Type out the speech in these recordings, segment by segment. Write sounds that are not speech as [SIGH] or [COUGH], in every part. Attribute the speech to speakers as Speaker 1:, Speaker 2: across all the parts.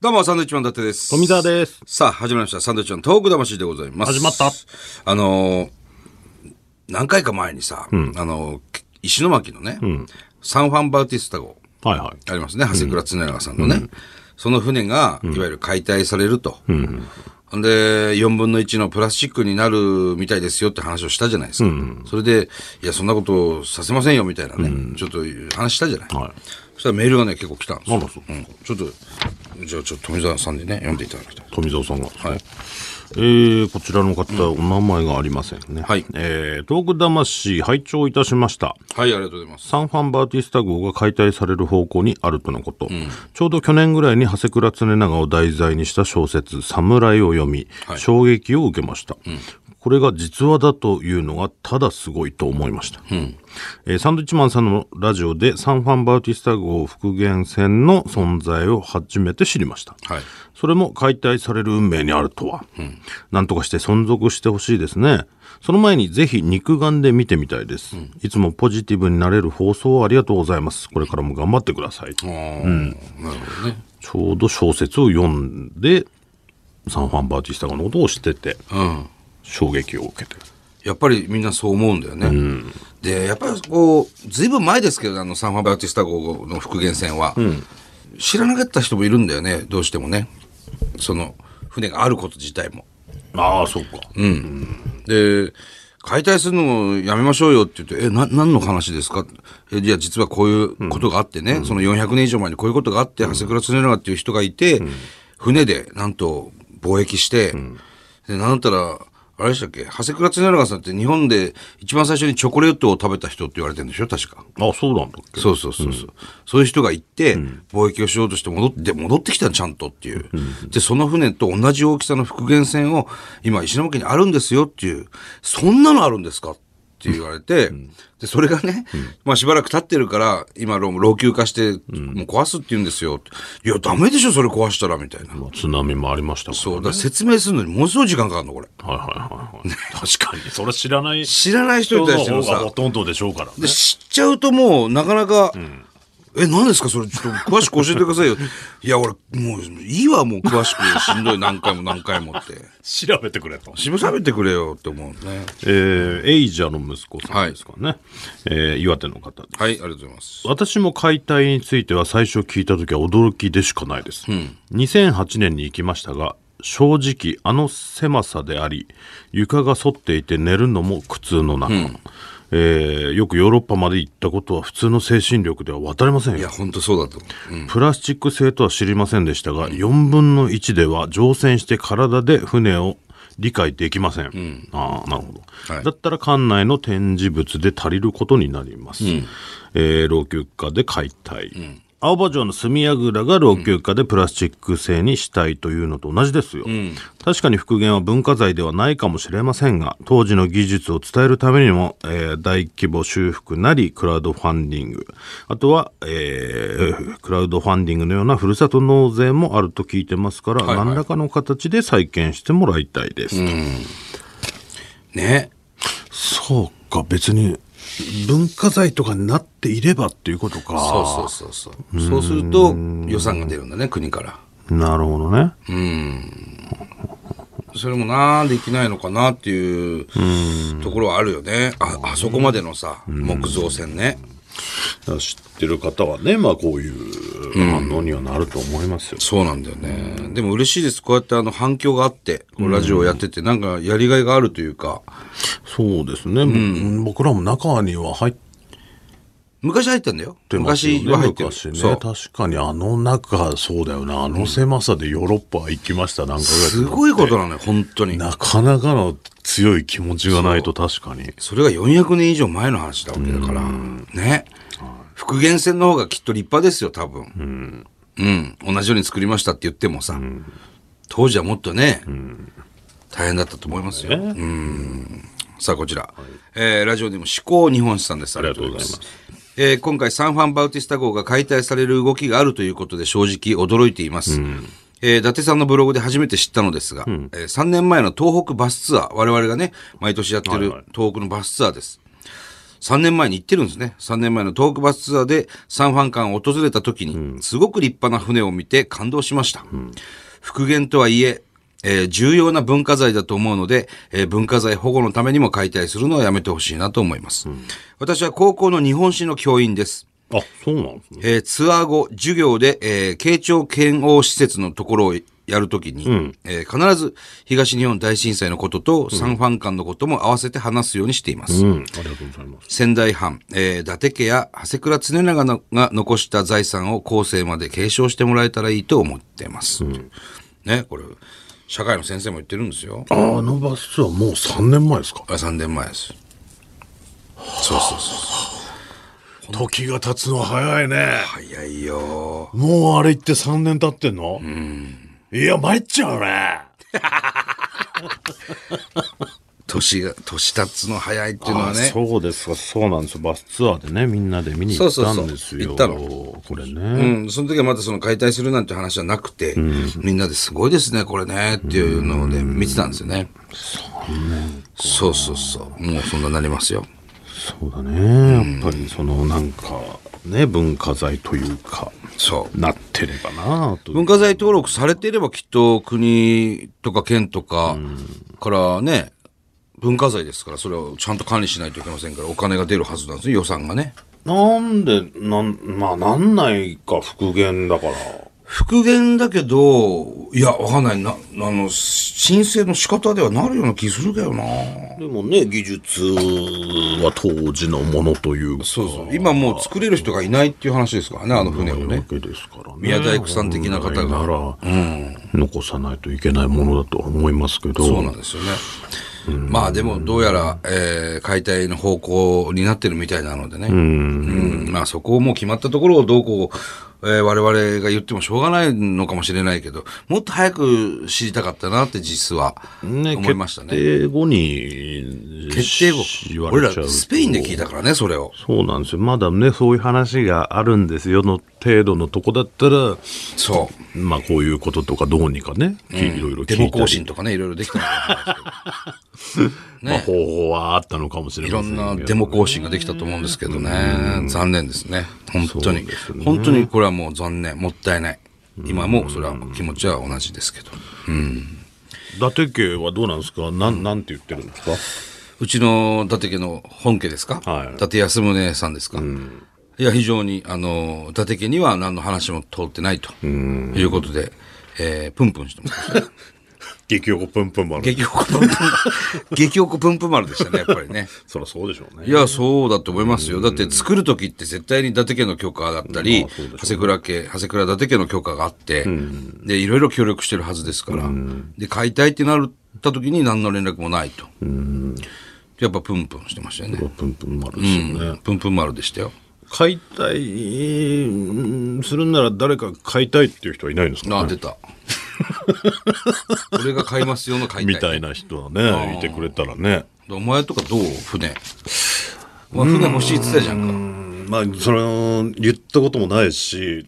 Speaker 1: どうも、サンドウィッチマン伊達です。
Speaker 2: 富澤です。
Speaker 1: さあ、始まりました。サンドウィッチマントーク魂でございます。
Speaker 2: 始まった。
Speaker 1: あのー何回か前にさ、あのー石巻のね、サンファンバウティスタ号
Speaker 2: はいはい。
Speaker 1: ありますね、長谷倉常長さんのね、その船が、いわゆる解体されると。ほんで、4分の1のプラスチックになるみたいですよって話をしたじゃないですか。それで、いや、そんなことさせませんよみたいなね、ちょっと話したじゃない。
Speaker 2: はい
Speaker 1: そしたらメールがね、結構来たんですよ
Speaker 2: あらそう
Speaker 1: うんちょっと、じゃあちょっと富澤さんでね、読んでいただきたい。
Speaker 2: 富澤さんが。
Speaker 1: はい。
Speaker 2: えー、こちらの方、お名前がありませんね。
Speaker 1: はい
Speaker 2: えー、東北魂、拝聴いたしました。
Speaker 1: はい、ありがとうございます。
Speaker 2: サンファンバーティスタ号が解体される方向にあるとのこと、ちょうど去年ぐらいに長谷倉常長を題材にした小説「侍」を読み、
Speaker 1: はい
Speaker 2: 衝撃を受けました、これが実話だというのがただすごいと思いました、えーサンドウィッチマンさんのラジオでサンファンバーティスタ号復元船の存在を初めて知りました、
Speaker 1: はい。
Speaker 2: それも解体される運命にあるとは。なんとかして存続してほしいですね。その前にぜひ肉眼で見てみたいです。いつもポジティブになれる放送をありがとうございます。これからも頑張ってください。ち
Speaker 1: あーなるほどね。
Speaker 2: ょうど小説を読んで、サンファンバーティスタがのことを知ってて、
Speaker 1: うん。
Speaker 2: 衝撃を受けて。
Speaker 1: やっぱりみんなそう思うんだよね。で、やっぱりこう、ずいぶん前ですけど、あの、サンファンバウティスタ号の復元船は、知らなかった人もいるんだよね、どうしてもね。その、船があること自体も。
Speaker 2: ああ、そうか。
Speaker 1: で、解体するのをやめましょうよって言って、え、な、何の話ですかえ、いや、実はこういうことがあってね、その400年以上前にこういうことがあって、長谷倉常長っていう人がいて、船で、なんと、貿易して、で、なんだったら、あれでしたっけ長谷倉常長さんって日本で一番最初にチョコレートを食べた人って言われてるんでしょ確か。
Speaker 2: あそうなんだっけ。
Speaker 1: そうそうそうそう、そういう人が行って、貿易をしようとして戻って、で戻ってきたのちゃんとっていう、で、その船と同じ大きさの復元船を、今、石巻にあるんですよっていう、そんなのあるんですかって言われて、で、それがね、まあしばらく経ってるから、今、老老朽化して、もう壊すって言うんですよ。いや、ダメでしょ、それ壊したら、みたいな。
Speaker 2: まあ津波もありましたから、
Speaker 1: そう、だから説明するのにものすごい時間かかるの、これ。
Speaker 2: はいはいはいはい。確かに、それ知らない人
Speaker 1: 知らない人
Speaker 2: の
Speaker 1: に対しての
Speaker 2: 方
Speaker 1: さ
Speaker 2: が、ほとんどでしょうからね
Speaker 1: で。知っちゃうともうなかなか、え何ですかそれちょっと詳しく教えてくださいよ [LAUGHS] いや俺もういいわもう詳しくしんどい何回も何回もって
Speaker 2: 調べてくれと。
Speaker 1: [LAUGHS] 渋喋ってくれよって思うね
Speaker 2: えーエイジャの息子さんですかね、えー岩手の方で
Speaker 1: はいありがとうございます
Speaker 2: 私も解体については最初聞いた時は驚きでしかないです、2008年に行きましたが正直あの狭さであり床が反っていて寝るのも苦痛の中、えーよくヨーロッパまで行ったことは普通の精神力では渡れませんよ
Speaker 1: いや本当そうだと思う、
Speaker 2: プラスチック製とは知りませんでしたが、4分の1では乗船して体で船を理解できません。ああ、なるほど、
Speaker 1: はい
Speaker 2: だったら館内の展示物で足りることになります。えー老朽化で解体。青葉城の隅櫓が老朽化でプラスチック製にしたいというのと同じですよ、確かに復元は文化財ではないかもしれませんが当時の技術を伝えるためにも、えー大規模修復なりクラウドファンディングあとは、えークラウドファンディングのようなふるさと納税もあると聞いてますから、
Speaker 1: はい
Speaker 2: 何らかの形で再建してもらいたいです、
Speaker 1: ん、ね
Speaker 2: そうか別に文化財とかになっていればっていうことか
Speaker 1: そうそうそうそうそうすると予算が出るんだね国から
Speaker 2: なるほどね
Speaker 1: それもなんできないのかなっていうところはあるよねああそこまでのさ木造船ね
Speaker 2: 知ってる方はね、まあこういう反応にはなると思いますよ。
Speaker 1: そうなんだよね。でも嬉しいです。こうやってあの反響があって、こうラジオをやってて、なんかやりがいがあるというか、
Speaker 2: そうですね、僕らも中には入っ
Speaker 1: 昔入ったんだよ。
Speaker 2: てますよね。
Speaker 1: 昔は入ってる。
Speaker 2: 昔ね
Speaker 1: そう。
Speaker 2: 確かにあの中、そうだよな。あの狭さでヨーロッパ行きました、なんか
Speaker 1: すごいことなのよ、本当に。
Speaker 2: なかなかの強い気持ちがないと確かに。
Speaker 1: それが400年以上前の話だわけだから、ね。復元船の方がきっと立派ですよ、多分。うん。同じように作りましたって言ってもさ、当時はもっとね、大変だったと思いますよ。
Speaker 2: ね
Speaker 1: さあ、こちら。えーラジオでも思考日本史さんです。ありがとうございます。えー今回、サンファンバウティスタ号が解体される動きがあるということで正直驚いています。えー伊達さんのブログで初めて知ったのですが、えー3年前の東北バスツアー、我々がね、毎年やってる東北のバスツアーです。 3年前に行ってるんですね。3年前のトークバスツアーでサンファン館を訪れた時に、すごく立派な船を見て感動しました。復元とはいえ、えー重要な文化財だと思うので、えー文化財保護のためにも解体するのはやめてほしいなと思います。私は高校の日本史の教員です。
Speaker 2: あ、そうなんですね。
Speaker 1: えーツアー後、授業で、えー慶長剣王施設のところをやるときに、えー必ず東日本大震災のことと、サンファン館のことも合わせて話すようにしています。
Speaker 2: うん、ありがとうございます。
Speaker 1: 仙台藩、えー伊達家や長谷倉常長のが残した財産を後世まで継承してもらえたらいいと思ってます。ね、これ、社会の先生も言ってるんですよ。
Speaker 2: あのバスはもう3年前ですか
Speaker 1: あ3年前です。そうそうそう。
Speaker 2: 時が経つの早いね。
Speaker 1: 早いよ
Speaker 2: もうあれ行って3年経ってんのいや、参っちゃうね。
Speaker 1: 年が、年経つの早いっていうのは
Speaker 2: あ
Speaker 1: ね。
Speaker 2: そうですか、そうなんですよ。バスツアーでね、みんなで見に行ったんですよ。
Speaker 1: そうそうそう
Speaker 2: これね。
Speaker 1: うん、その時はまだその解体するなんて話じゃなくて、みんなですごいですね、これね、っていうので見てたんですよね。そうそうそう。もうそんななりますよ。
Speaker 2: そうだね。やっぱり、その、なんか、ね、文化財というか、
Speaker 1: そう。
Speaker 2: なってればなという。
Speaker 1: 文化財登録されていればきっと国とか県とかからね、文化財ですから、それをちゃんと管理しないといけませんから、お金が出るはずなんですね、予算がね。
Speaker 2: なんで、なん、まあ、なんないか、復元だから。
Speaker 1: 復元だけど、いや、わかんない。な、あの、申請の仕方ではなるような気するけどな。
Speaker 2: でもね、技術は当時のものというか。
Speaker 1: そうそう。今もう作れる人がいないっていう話ですからね、あの船を
Speaker 2: わ
Speaker 1: ね。
Speaker 2: けですからね。
Speaker 1: 宮大工さん的な方が
Speaker 2: 本来なら、残さないといけないものだとは思いますけど。
Speaker 1: そうなんですよね。まあでもどうやら、えー解体の方向になってるみたいなのでね。うんまあそこをもう決まったところをどうこう、えー我々が言ってもしょうがないのかもしれないけど、もっと早く知りたかったなって実は
Speaker 2: ね、
Speaker 1: 思いましたね。
Speaker 2: 決定後に
Speaker 1: 決定
Speaker 2: し
Speaker 1: 後。
Speaker 2: 言わ
Speaker 1: 俺
Speaker 2: れ
Speaker 1: ら
Speaker 2: ちゃうと
Speaker 1: スペインで聞いたからね、それを。
Speaker 2: そうなんですよ。まだね、そういう話があるんですよの程度のとこだったら、
Speaker 1: そう。
Speaker 2: まあこういうこととかどうにかね、きいろいろ
Speaker 1: デ
Speaker 2: 聞
Speaker 1: モ
Speaker 2: いた
Speaker 1: 更
Speaker 2: り、
Speaker 1: 新とかね、いろいろできたのかもしれないですけど
Speaker 2: まあ、
Speaker 1: ね。
Speaker 2: 方法はあったのかもしれ
Speaker 1: い
Speaker 2: ま
Speaker 1: ろ
Speaker 2: せん
Speaker 1: ん
Speaker 2: けど
Speaker 1: なデモ更新ができたと思うんですけどね。残念ですね。本当
Speaker 2: そう
Speaker 1: に
Speaker 2: です。ね
Speaker 1: 本当にこれはもう残念。もったいない。今もそれは気持ちは同じですけど。
Speaker 2: 伊達家はどうなんですかなん、なんて言ってるんですか
Speaker 1: うちの伊達家の本家ですか、
Speaker 2: はい
Speaker 1: 伊達安宗さんですか、いや、非常に、あの、伊達家には何の話も通ってないということで、えー、プンプンしてます。
Speaker 2: 激横プンプン丸。
Speaker 1: 激おこプンプン、激おこプンプン丸でしたね、やっぱりね。
Speaker 2: そりゃそうでしょうね。
Speaker 1: いや、そうだと思いますよ。だって作るときって絶対に伊達家の許可だったり、
Speaker 2: まあそうで
Speaker 1: 長谷倉家、長谷倉伊達家の許可があって、で、いろいろ協力してるはずですから、で、解体ってなったときに何の連絡もないと。やっぱプンプンしてましたよね。
Speaker 2: プンプン丸ですよね。
Speaker 1: プンプン丸でしたよ。
Speaker 2: 解体うんするなら誰か買いたいっていう人はいないんです
Speaker 1: あ
Speaker 2: か、
Speaker 1: あ、
Speaker 2: ね、
Speaker 1: 出た。 [LAUGHS] 俺が買いますよの解
Speaker 2: み
Speaker 1: 体。
Speaker 2: たいな人はねいてくれたらね
Speaker 1: お前とかどう船。まあ、船欲しいって言ってたじゃんか。
Speaker 2: まあその言ったこともないし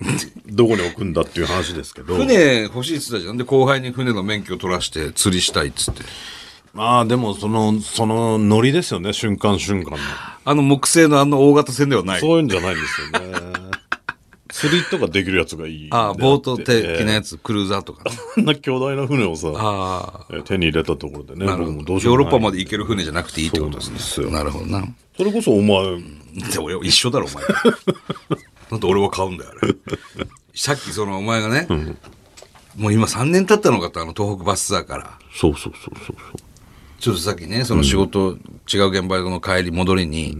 Speaker 2: どこに置くんだっていう話ですけど
Speaker 1: 船欲しいって言ってたじゃん。で、後輩に船の免許を取らして釣りしたいっつって。
Speaker 2: まあでもそのそのノリですよね瞬間瞬間の
Speaker 1: あの木製のあの大型船ではない。
Speaker 2: そういうんじゃないんですよね釣りとかできるやつがいい
Speaker 1: ああ、ボート
Speaker 2: でって
Speaker 1: 的なやつ、クルーザーとかね。
Speaker 2: こんな巨大な船をさ
Speaker 1: ああ、
Speaker 2: え手に入れたところでね
Speaker 1: なる
Speaker 2: 僕
Speaker 1: ほ
Speaker 2: も
Speaker 1: ど。
Speaker 2: ど
Speaker 1: ヨ
Speaker 2: うしよ
Speaker 1: ー
Speaker 2: う
Speaker 1: ロ
Speaker 2: もな
Speaker 1: ッ
Speaker 2: い
Speaker 1: パまで行ける船じゃなくていいってことです
Speaker 2: そう
Speaker 1: ね。なるほどな。
Speaker 2: それこそお前
Speaker 1: で、俺、一緒だろ、お
Speaker 2: [LAUGHS]
Speaker 1: 前。なんで俺は買うんだよ、あれ。さっき、その、お前がね、もう今3年経ったのかと、あの、東北バスツアーから。
Speaker 2: そうそうそうそうそう
Speaker 1: ちょっとさっきね、その仕事、違う現場の帰り、戻りに、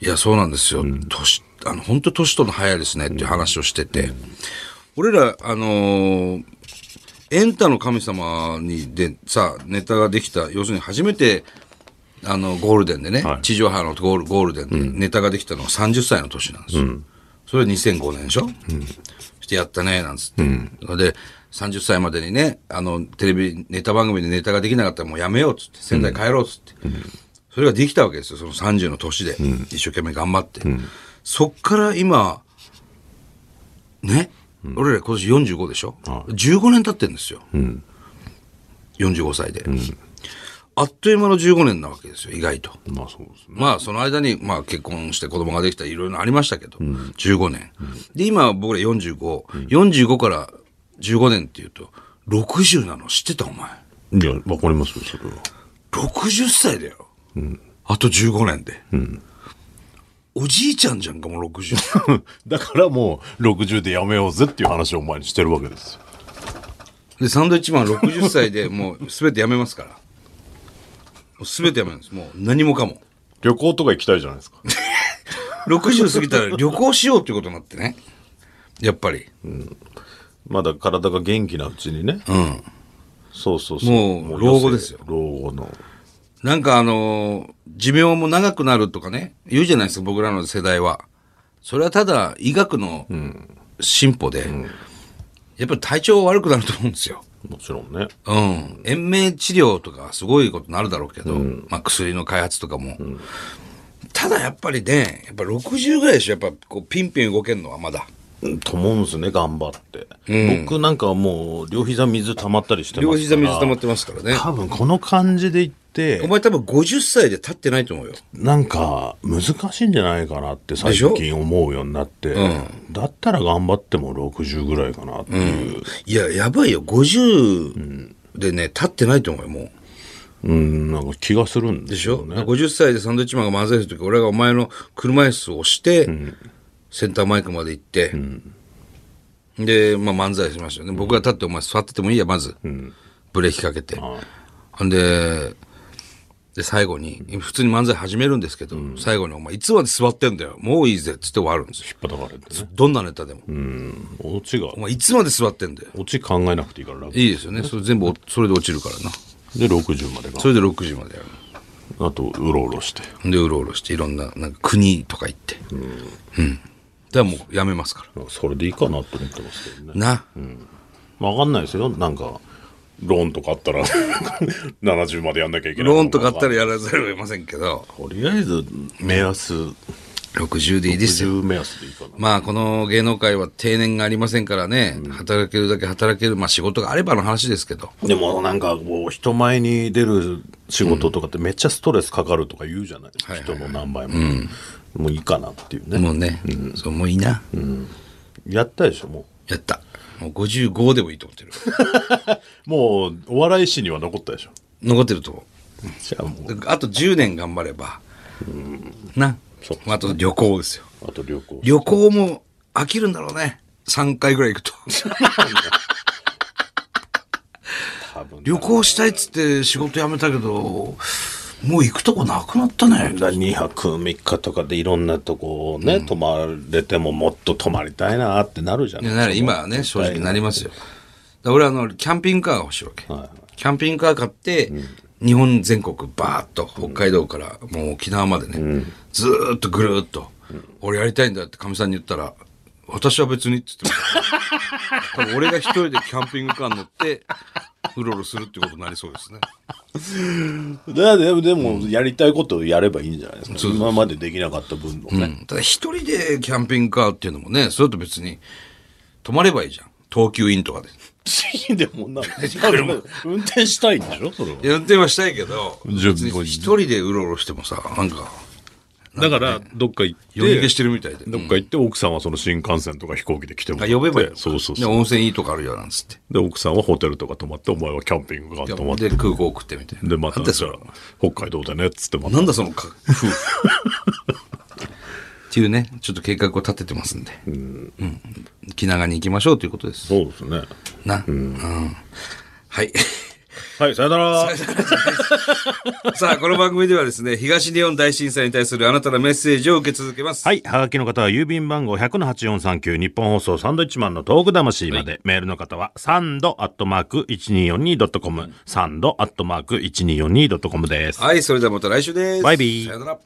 Speaker 1: いや、そうなんですよ。年、あの、本当年との早いですねっていう話をしてて、俺ら、あのーエンタの神様にでさ、ネタができた、要するに初めて、あの、ゴールデンでね、
Speaker 2: はい
Speaker 1: 地上波のゴールゴールデンでネタができたのが30歳の年なんですよ。それは2005年でしょ、してやったね、なんつって。で、30歳までにね、あの、テレビ、ネタ番組でネタができなかったらもうやめようっつって、仙台帰ろうっつって。それができたわけですよ、その30の年で。一生懸命頑張って。そっから今、ね、俺ら今年45でしょ、
Speaker 2: は
Speaker 1: ?15 年経ってんですよ。45歳で。あっという間の15年なわけですよ、意外と。
Speaker 2: まあそうですね。
Speaker 1: まあ、その間に、まあ、結婚して子供ができたり、いろいろありましたけど、15年。で、今、僕ら45、45から15年っていうと、60なの知ってた、お前。
Speaker 2: いや、わかりますよそれは。
Speaker 1: 60歳だよ。あと15年で。おじいちゃんじゃんか、もう60。
Speaker 2: [LAUGHS] だからもう、60でやめようぜっていう話をお前にしてるわけですよ。
Speaker 1: で、サンドイッチマン60歳でもう、すべてやめますから。もうすべてやめるんです。もう、何もかも。
Speaker 2: 旅行とか行きたいじゃないですか。
Speaker 1: 60過ぎたら旅行しようってことになってね。やっぱり。
Speaker 2: まだ体が元気なうちにね。
Speaker 1: うん。
Speaker 2: そうそうそう。
Speaker 1: もう
Speaker 2: 余生
Speaker 1: 老後ですよ
Speaker 2: 老後の。
Speaker 1: なんかあのー寿命も長くなるとかね、言うじゃないですか、僕らの世代は。それはただ、医学の進歩で、やっぱり体調悪くなると思うんですよ。
Speaker 2: もちろんね。
Speaker 1: うん。延命治療とかすごいことになるだろうけど、まあ薬の開発とかも。ただやっぱりね、やっぱ60ぐらいでしょ、やっぱこうピンピン動けるのはまだ。
Speaker 2: うんと思うんですね、頑張って。僕なんかはもう、両膝水溜まったりしてますから。
Speaker 1: 両膝水溜まってますからね。
Speaker 2: 多分この感じでいっ
Speaker 1: お
Speaker 2: て、
Speaker 1: 前多分50歳で立ってないと思うよ。
Speaker 2: なんか難しいんじゃないかなって最
Speaker 1: で
Speaker 2: 近思うようになって、だったら頑張っても60ぐらいかなっていう。
Speaker 1: いや、やばいよ。50でね、立ってないと思うよ、もう。
Speaker 2: うん、なんか気がするんで
Speaker 1: でし
Speaker 2: す
Speaker 1: ょ、
Speaker 2: よね。
Speaker 1: 50歳でサンドイッチマンが漫才するとき、俺がお前の車椅子を押して、センターマイクまで行って、で、まあ漫才しましたよね。僕が立ってお前座っててもいいや、まず。ブレーキかけて。ほんで、で、最後に、普通に漫才始めるんですけど、最後にお前、いつまで座ってんだよ。もういいぜ。つって終わるんですよ。
Speaker 2: 叩かれてね。
Speaker 1: どんなネタでも。
Speaker 2: うん。オチが
Speaker 1: お、前、いつまで座ってんだよ。
Speaker 2: オチ考えなくていいから楽。で、
Speaker 1: いいですよね。それ全部お、それで落ちるからな。
Speaker 2: 60までが。
Speaker 1: それで6時までやる。
Speaker 2: あと、うろうろして。
Speaker 1: でうろうろしていろんななんか国とか行ってうん、ではもうやめますか
Speaker 2: なんかそれでいいかなと思ってますけど
Speaker 1: ら
Speaker 2: ね。
Speaker 1: な、
Speaker 2: わかんないですよ。なんか、ローンとかあったら、70までやんなきゃいけない。
Speaker 1: ローンとかあったら
Speaker 2: ら。
Speaker 1: やらざるを得ませんけど
Speaker 2: とりあえず、目安、
Speaker 1: 60でいいですよ
Speaker 2: 10目安でいいかな。
Speaker 1: まあこの芸能界は定年がありませんからね、働けるだけ働けるまあ仕事があればの話ですけど
Speaker 2: でもなんかこう人前に出る仕事とかってめっちゃストレスかかるとか言うじゃない、人の何倍も、もういいかなっていうね、
Speaker 1: もうね、そうもういいな、
Speaker 2: やったでしょも
Speaker 1: やったもう55でもいいと思ってる
Speaker 2: うもうお笑い師には残ったでしょ
Speaker 1: 残ってると思
Speaker 2: じゃあもう
Speaker 1: うあと10年頑張れば、な
Speaker 2: そう
Speaker 1: まああと旅行ですよ
Speaker 2: あと旅行
Speaker 1: 旅行も飽きるんだろうね3回ぐらい行くと
Speaker 2: 多分
Speaker 1: 旅行したいっつって仕事辞めたけど、もう行くとこなくなったね。
Speaker 2: 2泊3日とかでいろんなとこをね、泊まれてももっと泊まりたいなってなるじゃない
Speaker 1: なら今はね、正直なりますよ。だから俺あの、キャンピングカーが欲しいわけ。
Speaker 2: は
Speaker 1: キャンピングカー買って、日本全国バーッと北海道からもう沖縄までね、ずーっとぐるーっと、俺やりたいんだってかみさんに言ったら、私は別にって [LAUGHS] 言ってました多分俺が一人でキャンピングカーに乗って、うろうろするってことになりそうですね。
Speaker 2: だでもでもやりたいことをやればいいんじゃないですか、今までできなかった分のね、
Speaker 1: うんただ一人でキャンピングカーっていうのもね、それと別に、泊まればいいじゃん。東急インとかで。
Speaker 2: [LAUGHS] でもな運転したいんでしょそれはい
Speaker 1: や、運転はしたいけど、
Speaker 2: じゃあ
Speaker 1: 別に一人でうろうろしてもさ、なんか、
Speaker 2: だから、どっか行って、
Speaker 1: 夜逃げしてるみたいで。
Speaker 2: どっか行って、奥さんはその新幹線とか飛行機で来てもらっ
Speaker 1: あ
Speaker 2: て
Speaker 1: 呼べばいいのか
Speaker 2: そうそう
Speaker 1: で、
Speaker 2: そう。
Speaker 1: 温泉いいとこあるよ、なんつって。
Speaker 2: で、奥さんはホテルとか泊まって、お前はキャンピングカー泊まって、
Speaker 1: で、空港送ってみたいな。
Speaker 2: で、ま
Speaker 1: な
Speaker 2: た、
Speaker 1: んだ
Speaker 2: じ
Speaker 1: そ
Speaker 2: ゃあ
Speaker 1: れ。
Speaker 2: 北海道でね、っつってまた
Speaker 1: なんだそのか、夫婦。 [LAUGHS] っていうね、ちょっと計画を立ててますんで。うん。気長に行きましょうということです。
Speaker 2: そうですね。
Speaker 1: な。うん。はい。
Speaker 2: はい、さよなら。
Speaker 1: [LAUGHS] さあ、この番組ではですね、東日本大震災に対するあなたのメッセージを受け続けます。
Speaker 2: はい。はがきの方は郵便番号100-8439日本放送サンドイッチマンのトーク魂まで。メールの方はサンドアットマーク 1242.com。サンドアットマーク 1242.com です。
Speaker 1: はい、それではまた来週です。
Speaker 2: バイビー
Speaker 1: さよなら。